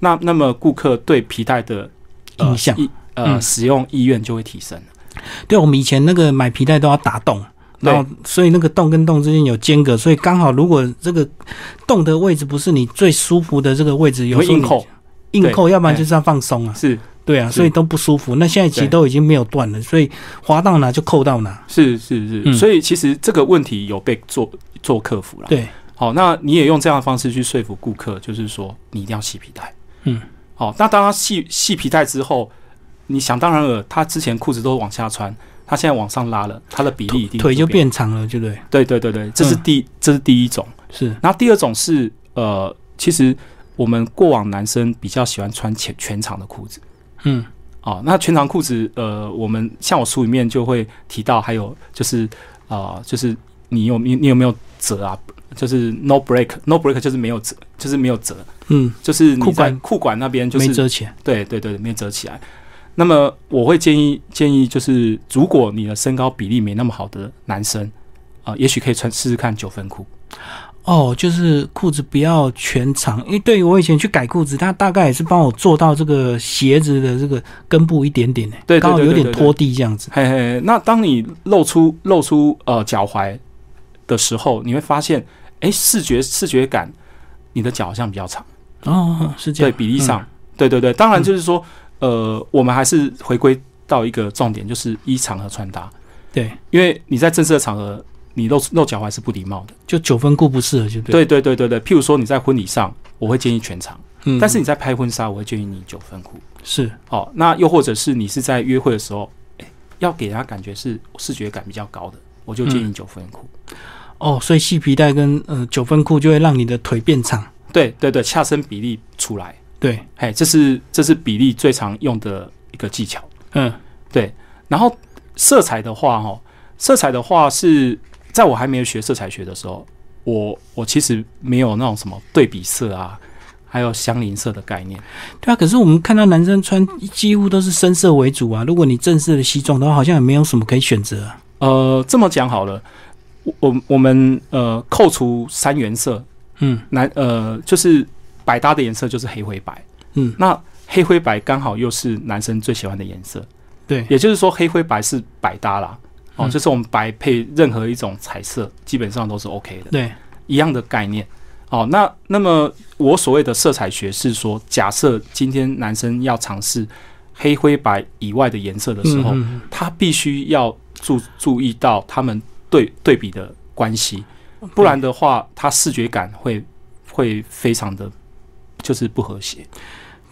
那那么顾客对皮带的、呃、印象意呃、嗯使用意愿就会提升了。对我们以前那个买皮带都要打洞。对然后，所以那个洞跟洞之间有间隔，所以刚好如果这个洞的位置不是你最舒服的这个位置，你有会时候硬你扣硬扣，要不然哎就是要放松啊，是对啊，是所以都不舒服。那现在其实对都已经没有断了，所以滑到哪就扣到哪，是是是，嗯所以其实这个问题有被做做克服了。对，好，那你也用这样的方式去说服顾客，就是说你一定要系皮带。嗯，好，那当他系系皮带之后，你想当然了，他之前裤子都往下穿，他现在往上拉了，他的比例一定腿就变。变长了，对不对？对对对对，这是嗯第、这是第一种。是，然后第二种是呃，其实我们过往男生比较喜欢穿全全长的裤子。嗯，哦，那全长裤子，呃，我们像我书里面就会提到，还有就是啊、呃就是你有你你有没有折啊？就是 no break，no break 就是没有折，就是没有折，嗯，就是你裤在管裤管那边就没是折起来，对对对，没有折起来。那么我会建议建议就是，如果呃你的身高比例没那么好的男生，啊、也许可以穿试试看九分裤。哦，就是裤子不要全长，因为对于我以前去改裤子，他大概也是帮我做到这个鞋子的这个根部一点点、欸，对对对刚好有对对点对拖地这样子。嘿嘿，那当你露出露出呃脚踝的时候，你会发现，哎，视觉视觉感，你的脚好像比较长，哦，是这对样，比例上，对对对。当然就是说，呃，我们还是回归到一个重点，就是衣场和穿搭，对，因为你在正式的场合，你露露脚踝是不礼貌的。就九分裤不适合，就对。对对对对对，譬如说你在婚礼上，我会建议全长，嗯但是你在拍婚纱，我会建议你九分裤。是哦，那又或者是你是在约会的时候，诶要给人家感觉是视觉感比较高的，我就建议九分裤。哦，所以细皮带跟呃九分裤就会让你的腿变长。对对对，下身比例出来，对，嘿，这是这是比例最常用的一个技巧。嗯，然后色彩的话，哈，色彩的话是在我还没有学色彩学的时候，我我其实没有那种什么对比色啊，还有相邻色的概念。对啊。可是我们看到男生穿几乎都是深色为主啊，如果你正式的西装的话，好像也没有什么可以选择啊。呃，这么讲好了，我我我们呃扣除三原色，嗯蓝呃，就是百搭的颜色就是黑灰白。嗯，那黑灰白刚好又是男生最喜欢的颜色，对，也就是说黑灰白是百搭啦。哦，嗯就是我们白配任何一种彩色，基本上都是 OK 的，对，一样的概念。哦，那那么我所谓的色彩学是说，假设今天男生要尝试黑灰白以外的颜色的时候，嗯他必须要注注意到他们对对比的关系，不然的话，他视觉感会会非常的就是不和谐。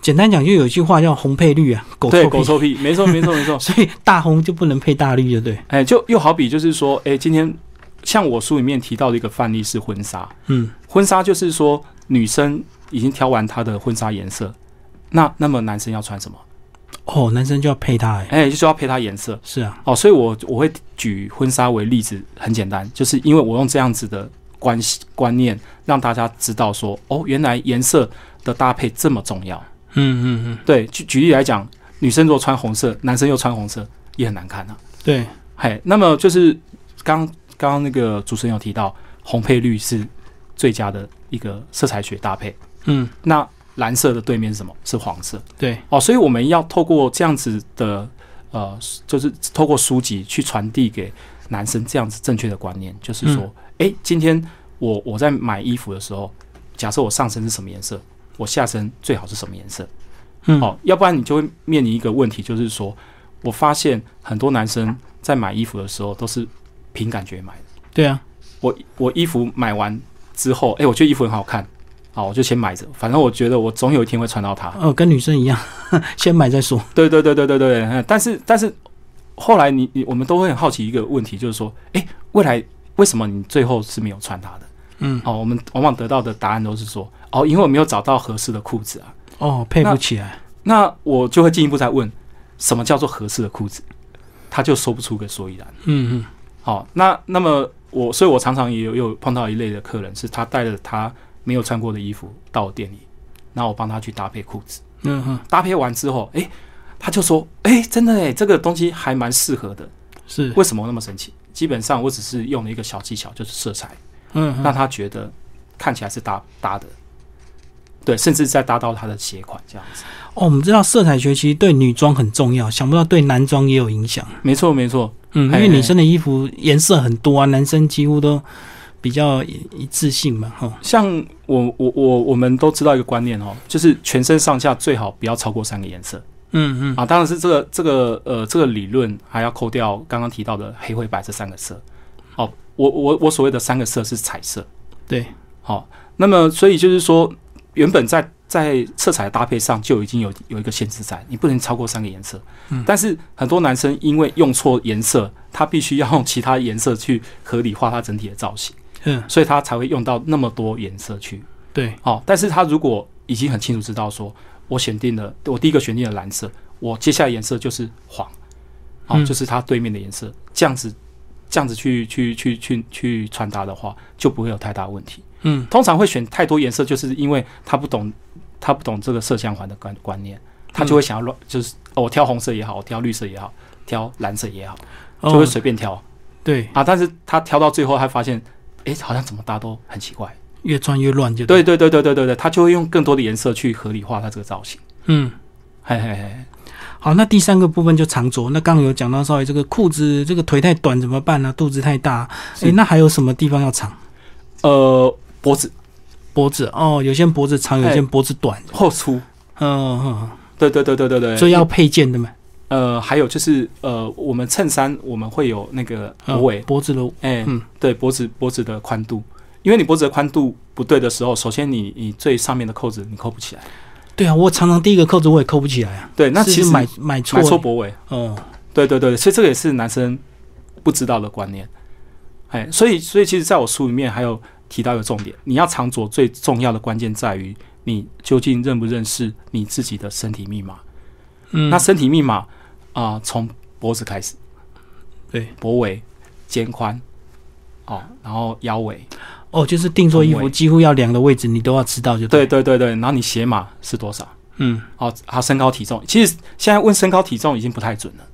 简单讲，就有一句话叫“红配绿”啊，狗对，臭狗屁。 臭屁，没错没错没错。所以大红就不能配大绿，就对。哎，就又好比就是说，哎，今天像我书里面提到的一个范例是婚纱，嗯，婚纱就是说女生已经挑完她的婚纱颜色，那那么男生要穿什么？哦，男生就要配它、哎，哎，就是要配她颜色。是啊，哦，所以我我会举婚纱为例子，很简单，就是因为我用这样子的关系观念，让大家知道说，哦，原来颜色的搭配这么重要。嗯嗯嗯，对，举举例来讲，女生如果穿红色，男生又穿红色，也很难看啊。对，嘿，那么就是刚刚刚那个主持人有提到，红配绿是最佳的一个色彩学搭配。嗯那蓝色的对面是什么？是黄色。对，哦，所以我们要透过这样子的呃，就是透过书籍去传递给男生这样子正确的观念，就是说，诶，今天我我在买衣服的时候，假设我上身是什么颜色，我下身最好是什么颜色，嗯，哦，要不然你就会面临一个问题，就是说，我发现很多男生在买衣服的时候都是凭感觉买的，对啊，我我衣服买完之后，诶，我觉得衣服很好看。好，我就先买着，反正我觉得我总有一天会穿到它。哦，跟女生一样， 先买再说。对对对对对对，嗯但是但是后来你你我们都会很好奇一个问题，就是说，诶，未来为什么你最后是没有穿它的？嗯，哦，我们往往得到的答案都是说，哦，因为我没有找到合适的裤子啊。哦，配不起来。那我就会进一步再问，什么叫做合适的裤子？他就说不出个所以然。嗯嗯，好、那那么我，所以我常常也有也有碰到一类的客人，是他带着他没有穿过的衣服到我店里，然后我帮他去搭配裤子。嗯哼，搭配完之后，诶，他就说，诶，真的诶，这个东西还蛮适合的。是，为什么那么神奇？基本上我只是用了一个小技巧，就是色彩，嗯让嗯，他觉得看起来是搭搭的，对，甚至再搭到他的鞋款这样子。哦，我们知道色彩学其实对女装很重要，想不到对男装也有影响。没错，没错，嗯，因哎为哎女生的衣服颜色很多啊，男生几乎都比较一一致性嘛，哈。像我我我我们都知道一个观念哦，就是全身上下最好不要超过三个颜色嗯嗯，啊。当然是这个这个呃这个理论还要扣掉刚刚提到的黑灰白这三个色。哦，我我我所谓的三个色是彩色。对，好、那么所以就是说，原本在在色彩的搭配上就已经有有一个限制在，你不能超过三个颜色。嗯但是很多男生因为用错颜色，他必须要用其他颜色去合理化他整体的造型，嗯所以他才会用到那么多颜色去对，哦，但是他如果已经很清楚知道说，我选定了我第一个选定了蓝色，我接下来颜色就是黄，哦，嗯就是它对面的颜色，这样子这样子去去去去去穿搭的话，就不会有太大问题。嗯通常会选太多颜色，就是因为他不懂他不懂这个色相环的观观念，他就会想要乱，就是、哦我挑红色也好，我挑绿色也好，挑蓝色也好，就会哦随便挑、对，啊。但是他挑到最后，他发现，诶，好像怎么搭都很奇怪。越穿越乱就对，对对对对对对，他就会用更多的颜色去合理化他这个造型。嗯，嘿嘿嘿，好，那第三个部分就长着，那刚刚有讲到稍微这个裤子这个腿太短怎么办呢、肚子太大，是诶，那还有什么地方要长？呃，脖子哎脖子哦，有些人脖子长，有些人脖子短，后粗，嗯、哦对对对对对对，所以要配件的嘛，呃，还有就是呃，我们衬衫我们会有那个嗯脖围，脖子的，哎、嗯对，脖子脖子的宽度，因为你脖子的宽度不对的时候，首先你你最上面的扣子你扣不起来，对啊，我常常第一个扣子我也扣不起来啊，对，哎那是其实买买错买错脖围，哦，对对对，其实这个也是男生不知道的观念，哎，所以所以其实在我书里面还有提到一个重点，你要长着最重要的关键在于你究竟认不认识你自己的身体密码。嗯，那身体密码啊，呃从、脖子开始，对，脖围、肩宽，哦，然后腰围，哦，就是定做衣臀服围几乎要量的位置你都要知道就对对，对对对，然后你鞋码是多少？嗯，哦，还有身高体重。其实现在问身高体重已经不太准了，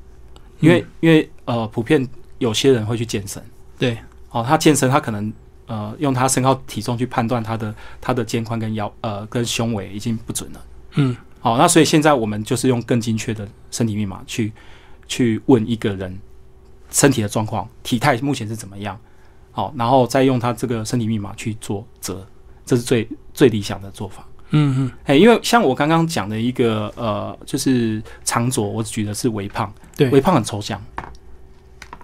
嗯因为、因为呃，普遍有些人会去健身，对，哦，他健身他可能呃用他身高体重去判断他的他的肩宽跟腰呃跟胸围已经不准了。嗯，好、那所以现在我们就是用更精确的身体密码去去问一个人身体的状况、体态目前是怎么样，好、然后再用他这个身体密码去做折，这是最最理想的做法。嗯嗯，哎，因为像我刚刚讲的一个呃，就是长着，我举的是微胖，对微胖很抽象。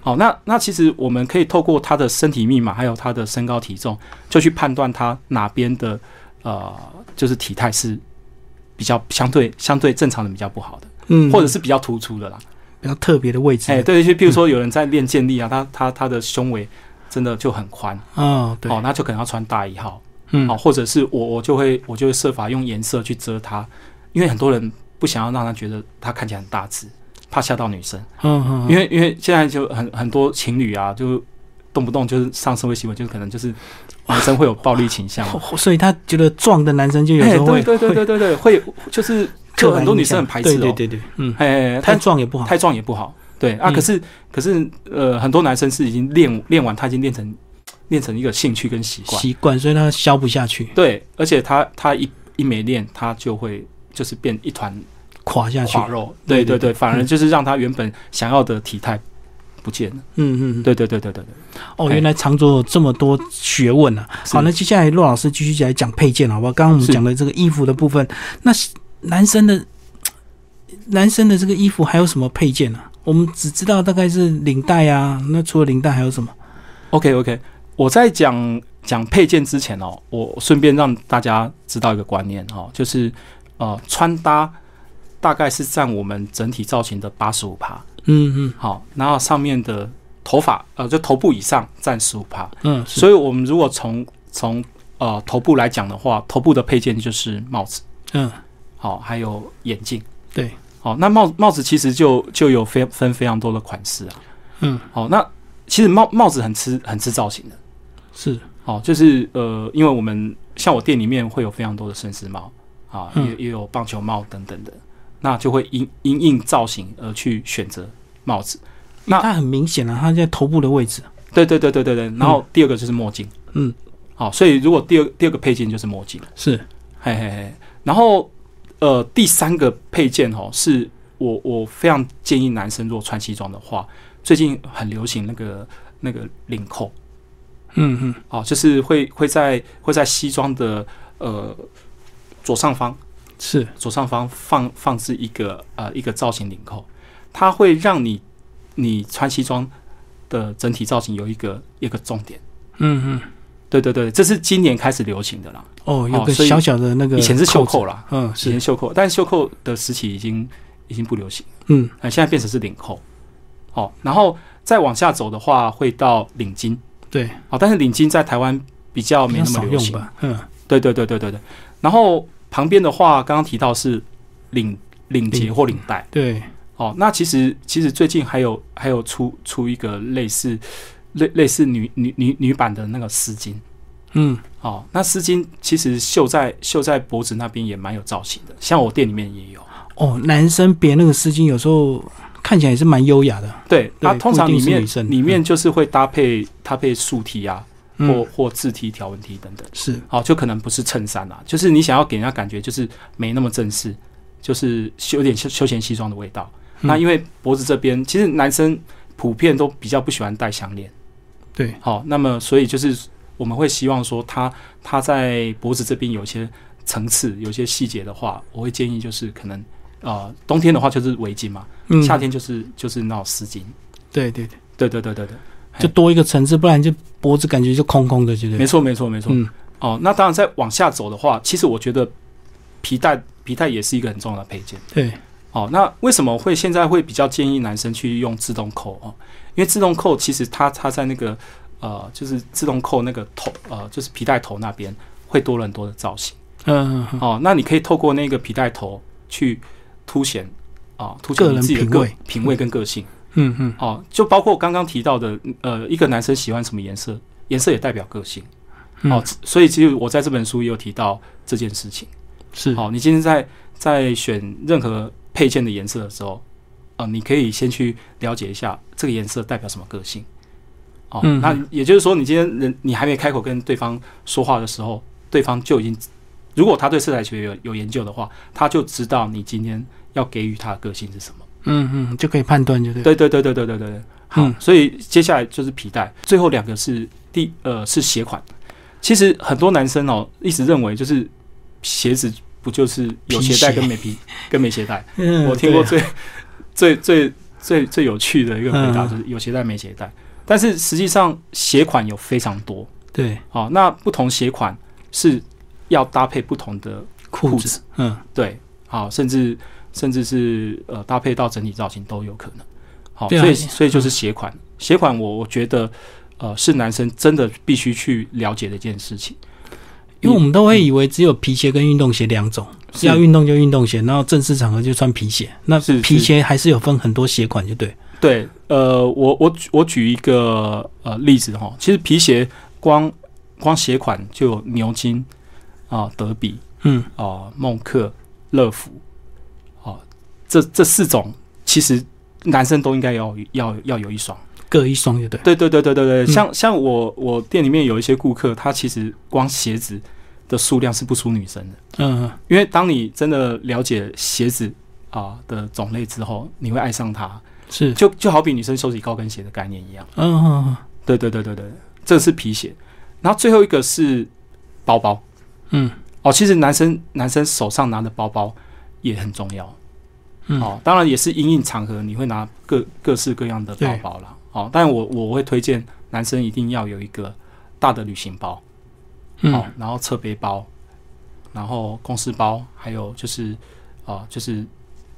好，那那其实我们可以透过他的身体密码，还有他的身高体重，就去判断他哪边的呃，就是体态是比较相对相对正常的比较不好的，嗯，或者是比较突出的啦。比较特别的位置，哎、对，就譬如说有人在练健力啊，他他他的胸围真的就很宽，哦，对，哦，那就可能要穿大一号。嗯好，，或者是我我就会我就会设法用颜色去遮它，因为很多人不想要让他觉得他看起来很大只，怕吓到女生。嗯嗯，因为因为现在就很很多情侣啊，就动不动就是上社会新闻，就是可 能就是女生会有暴力倾向嘛。哦 所以他觉得壮的男生就有哎时候会对对对会对对对，会就是刻就板很多女印象生很排斥哦。对对对对，嗯，哎，哎太太壮也不好，太壮也不好。对啊，嗯可是可是呃，很多男生是已经练练完，他已经练成练成一个兴趣跟习惯。习惯，所以他消不下去，对，而且他他一一没练，他就会就是变一团垮下去，垮肉。对对对对嗯对，反而就是让他原本想要的体态不见了。嗯嗯，嗯，对对对对对对，哦，哎原来长着有这么多学问啊。是好，那接下来骆老师继续来讲配件，好不好？刚刚我们是讲的这个衣服的部分，那男生的男生的这个衣服还有什么配件呢、啊？我们只知道大概是领带啊，那除了领带还有什么？ OK OK，我在讲讲配件之前哦，我顺便让大家知道一个观念哦，就是呃，穿搭大概是占我们整体造型的八十五趴。嗯嗯好，然后上面的头发呃，就头部以上占十五趴。嗯，是所以我们如果从从呃头部来讲的话，头部的配件就是帽子，嗯，好、还有眼镜，对，好、那帽帽子其实就就有非分非常多的款式啊，嗯好、那其实帽帽子很吃很吃造型的，是好、就是呃，因为我们像我店里面会有非常多的绅士帽啊，嗯也也有棒球帽等等的，那就会因因应造型而去选择帽子，那它很明显啊，它在头部的位置。对对对对对对，然后第二个就是墨镜，嗯，好、所以如果第二第二个配件就是墨镜。是，嘿嘿嘿。然后呃，第三个配件哦，是我我非常建议男生如果穿西装的话，最近很流行那个那个领扣嗯嗯哦，就是会会在会在西装的呃左上方是，左上方放放置一个呃一个造型领扣，它会让你你穿西装的整体造型有一个一个重点。嗯嗯，对对对，这是今年开始流行的啦，哦，有哦个所以小小的那个，以前是袖，扣啦，嗯以前是，袖扣，但是袖扣的时期已经已经不流行。嗯呃，现在变成是领扣。哦，然后再往下走的话，会到领巾。对，哦，但是领巾在台湾比较比没较那么少流用行。吧，嗯对对对对对对。然后旁边的话，刚刚提到是领领结领嗯或领带。对，哦，那其实其实最近还有还有出出一个类似类类似女女女女版的那个丝巾。嗯哦，那丝巾其实绣在绣在脖子那边也蛮有造型的，像我店里面也有。哦，男生别那个丝巾有时候看起来也是蛮优雅的，对，它对通常不一里定是面女生里面就是会搭配搭配竖梯啊，或嗯或字体、条纹体等等。是好，就可能不是衬衫啦，就是你想要给人家感觉就是没那么正式，就是有点休休闲西装的味道。嗯那因为脖子这边，其实男生普遍都比较不喜欢戴项链。对，好，那么所以就是我们会希望说他他在脖子这边有一些层次、有一些细节的话，我会建议就是可能呃，冬天的话就是围巾嘛，嗯，夏天就是就是那种丝巾。对对哎对，对对对对对，就多一个层次，不然就脖子感觉就空空的，对不没对？错没错没错。嗯哦，那当然再往下走的话，其实我觉得皮带皮带也是一个很重要的配件。对，哦，那为什么会现在会比较建议男生去用自动扣哦？因为自动扣其实它它在那个呃，就是自动扣那个头呃，就是皮带头那边会多了很多的造型。嗯嗯，嗯哦，那你可以透过那个皮带头去凸显啊、凸个显你人自己的品个味品味跟个性。嗯嗯，哦，就包括刚刚提到的呃，一个男生喜欢什么颜色，颜色也代表个性。嗯哦，所以其实我在这本书也有提到这件事情。是，好，你今天在在选任何配件的颜色的时候，啊，你可以先去了解一下这个颜色代表什么个性。哦，嗯那也就是说，你今天人你还没开口跟对方说话的时候，对方就已经，如果他对色彩学有有研究的话，他就知道你今天要给予他的个性是什么。嗯嗯，就可以判断，就对。对对对对对对对对。好，嗯所以接下来就是皮带，最后两个是第呃是鞋款。其实很多男生哦，一直认为就是鞋子不就是有鞋带皮鞋跟 没皮跟没鞋带。嗯我听过对最、最最最最有趣的一个回答嗯就是有鞋带没鞋带，但是实际上鞋款有非常多对哦，那不同鞋款是要搭配不同的裤裤子子，嗯对，好、甚至甚至是呃搭配到整体造型都有可能。好、对啊所以所以就是鞋款，鞋款我我觉得呃是男生真的必须去了解的一件事情。因为我们都会以为只有皮鞋跟运动鞋两种，是要运动就运动鞋，然后正式场合就穿皮鞋。那是是皮鞋还是有分很多鞋款，就对。对，呃，我我举我举一个呃例子哈，其实皮鞋光光鞋款就有牛津啊、德比嗯啊、孟克、乐福啊、这这四种，其实男生都应该要要要有一双。各一双，就对。对对对对对对，嗯像像我我店里面有一些顾客，他其实光鞋子的数量是不输女生的，嗯，嗯因为当你真的了解鞋子啊、的种类之后，你会爱上它，是，就就好比女生收集高跟鞋的概念一样。嗯嗯嗯对对对对对，这个是皮鞋，然后最后一个是包包嗯哦。其实男生男生手上拿的包包也很重要嗯，哦，当然也是因应场合你会拿各各式各样的包包啦。哦，但我我会推荐男生一定要有一个大的旅行包，哦嗯，，然后侧背包，然后公司包，还有就是啊、呃就是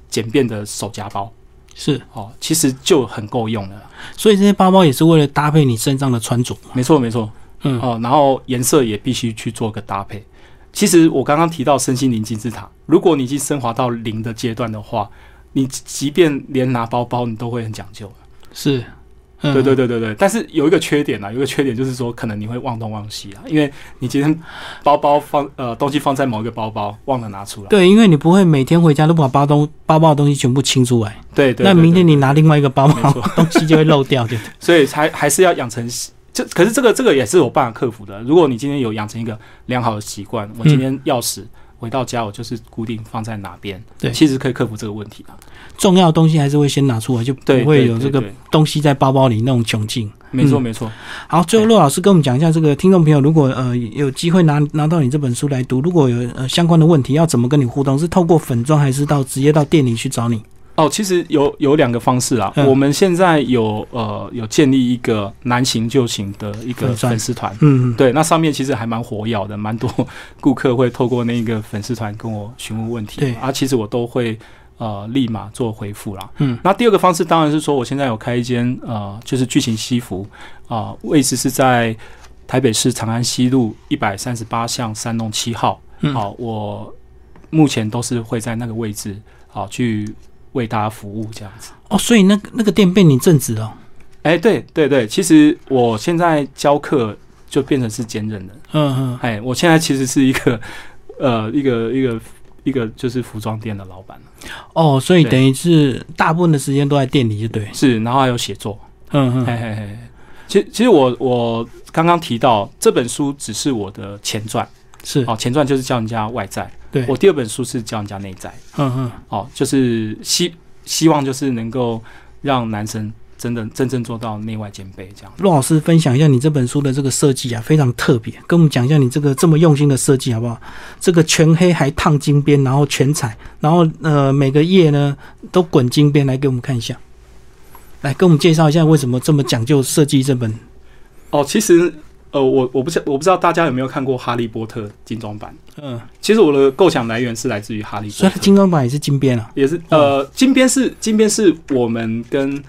简便的手夹包是。哦，其实就很够用了啦。所以这些包包也是为了搭配你身上的穿着。没错没错，嗯哦，然后颜色也必须去做个搭配。其实我刚刚提到身心灵金字塔，如果你已经升华到零的阶段的话，你即便连拿包包你都会很讲究。是。嗯对对，对对对，但是有一个缺点啊，有一个缺点就是说，可能你会忘东忘西啊，因为你今天包包放呃东西放在某一个包包，忘了拿出来。对，因为你不会每天回家都把包东包包的东西全部清出来，对对，那对明天对你拿另外一个包没包，错， 东西就会漏掉，对不对？所以才还是要养成习。这可是这个这个也是有办法克服的。如果你今天有养成一个良好的习惯，我今天钥匙回到家，我就是固定放在哪边，对其实可以克服这个问题啊。重要的东西还是会先拿出来，就不对，会对有这，个对对东西在包包里那种窘境。没错嗯没错，好，最后陆老师跟我们讲一下，这个听众朋友如果呃有机会拿拿到你这本书来读，如果有呃相关的问题，要怎么跟你互动？是透过粉妆，还是到直接到店里去找你？哦，其实有有两个方式啊。嗯我们现在有呃有建立一个南行就行的一个粉专粉丝团，嗯，对，那上面其实还蛮火跃的，蛮多 顾客会透过那个粉丝团跟我询问问题，对啊，其实我都会呃立马做回复啦。嗯，那第二个方式当然是说，我现在有开一间呃，就是巨型西服啊、位置是在台北市长安西路一百三十八巷三弄七号。嗯好、我目前都是会在那个位置好、去为大家服务这样子。哦，所以那个那个店被你正哦职了。哎，对对对，其实我现在教课就变成是兼任的。嗯嗯，哎，我现在其实是一个呃一个一个一个就是服装店的老板，哦，所以对等于是大部分的时间都在店里，就对。是，然后还有写作，嗯嘿嗯，嘿嘿，其实其实我我刚刚提到这本书只是我的前传，是，哦，前传就是教人家外在，对，我第二本书是教人家内在，嗯哦，就是希希望就是能够让男生真的真正做到内外兼备这样。嗯，陆老师分享一下你这本书的这个设计啊，非常特别，跟我们讲一下你这个这么用心的设计好不好？这个全黑还烫金边，然后全彩，然后呃每个页呢都滚金边，来给我们看一下，来跟我们介绍一下为什么这么讲究设计这本哦，其实呃，我我不知我不知道大家有没有看过《哈利波特》精装版。嗯，其实我的构想来源是来自于《哈利所波以特它》，金刚版也是金边啊。也是呃，金边是金边是我们跟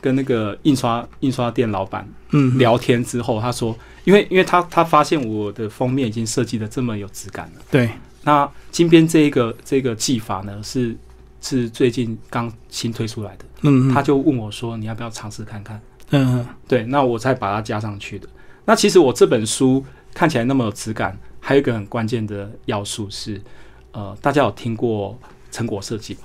跟那个印刷印刷店老板嗯，聊天之后，他说，因为因为他他发现我的封面已经设计的这么有质感了，对，那金边这一个这个技法呢是。是最近刚新推出来的，嗯，他就问我说：“你要不要尝试看看？”嗯嗯对，那我才把它加上去的。那其实我这本书看起来那么有质感，还有一个很关键的要素是，呃，大家有听过成果设计吧？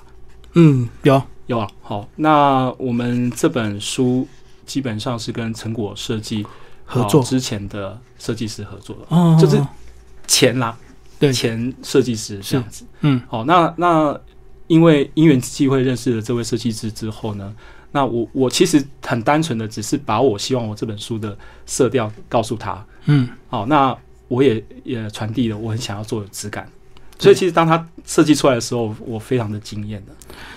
嗯有有啊，好，那我们这本书基本上是跟成果设计合呃作之前的设计师合作的，哦，就是前啦，对前设计师这样子。嗯好，那那因为因缘际会认识了这位设计师之后呢，那我我其实很单纯的只是把我希望我这本书的色调告诉他。嗯好，那我也也传递了我很想要做有质感，所以其实当他设计出来的时候，我非常的惊艳的。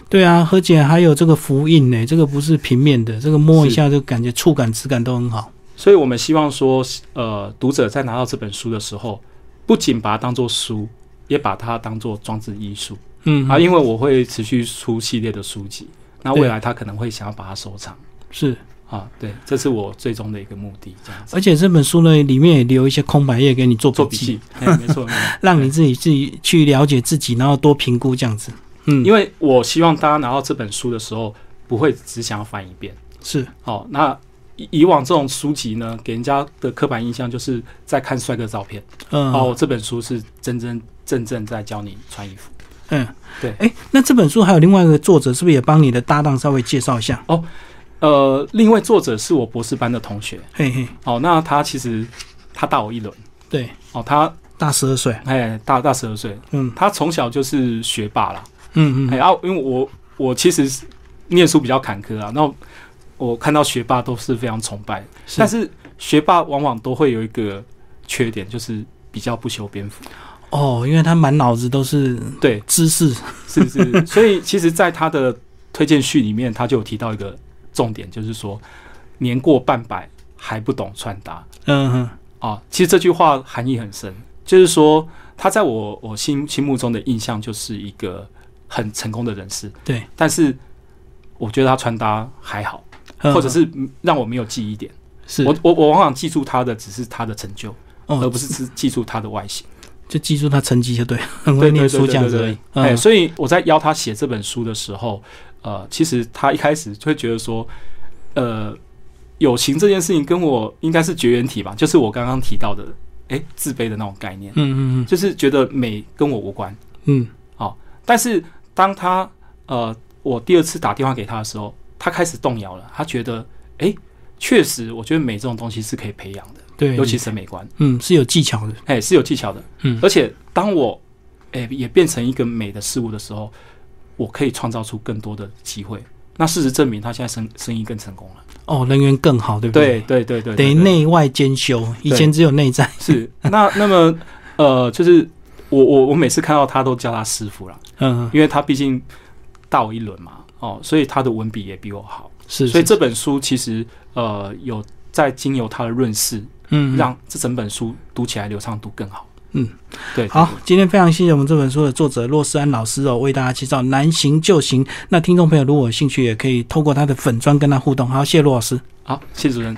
对啊，何姐还有这个浮印呢、这个不是平面的，这个摸一下就感觉触感质感都很好。所以我们希望说，呃，读者在拿到这本书的时候，不仅把它当做书，也把它当做装置艺术。嗯啊，还有因为我会持续出系列的书籍，那对未来他可能会想要把它收藏是，啊，对，这是我最终的一个目的，这样子而且这本书呢里面也留一些空白页给你呃做做笔记，笔记，嘿没错，没错让你自己自己去了解自己，然后多评估这样子。 嗯，因为为我希望大家拿到这本书的时候，不会只想要翻一遍。是好、那以以往这种书籍呢，给人家的刻板印象就是在看帅哥照片。嗯哦，这本书是真真正正在教你穿衣服。嗯对哎，那这本书还有另外一个作者，是不是也帮你的搭档稍微介绍一下？呃，另外作者是我博士班的同学，嘿嘿，哦，那他其实他大我一轮，对，哦，他大十二岁，哎大大十二岁，嗯他从小就是学霸啦，嗯哎嗯，啊，因为我我其实是念书比较坎坷啊，那我看到学霸都是非常崇拜，但是学霸往往都会有一个缺点，就是比较不修边幅。哦，因为他满脑子都是对，知识，是 是，所以其实，在他的推荐序里面，他就有提到一个重点，就是说年过半百还不懂穿搭嗯嗯啊。其实这句话含义很深，就是说他在我我心心目中的印象就是一个很成功的人士，对，但是我觉得他穿搭还好，嗯，或者是让我没有记忆点。是我我我往往记住他的只是他的成就，哦而不是只记住他的外形。就记住他成绩 就对，很对会对念对书对这样对子而对已。哎，嗯，所以我在邀他写这本书的时候，呃，其实他一开始就会觉得说，呃，友情这件事情跟我应该是绝缘体吧，就是我刚刚提到的，哎，自卑的那种概念，嗯嗯就是觉得美跟我无关。嗯但是当他呃，我第二次打电话给他的时候，他开始动摇了，他觉得，哎，确实，我觉得美这种东西是可以培养的，嗯，对，尤其审美观。嗯是有技巧的，哎、是有技巧的。嗯而且当我哎、也变成一个美的事物的时候，我可以创造出更多的机会。那事实证明，他现在生生意更成功了。哦，人缘更好，对不对对？对对对，等于对内外兼修，以前只有内在。是那那么呃，就是我我我每次看到他都叫他师傅啦，嗯，嗯因为他毕竟大我一轮嘛，哦，所以他的文笔也比我好。是，所以是这本书其实呃有在经由他的润饰，嗯嗯让这整本书读起来流畅度更好。嗯，对，对好，今天非常谢谢我们这本书的作者洛斯安老师哦，为大家介绍《难行就行》。那听众朋友如果有兴趣，也可以透过他的粉砖跟他互动。好，谢谢洛老师。好，谢谢主持人。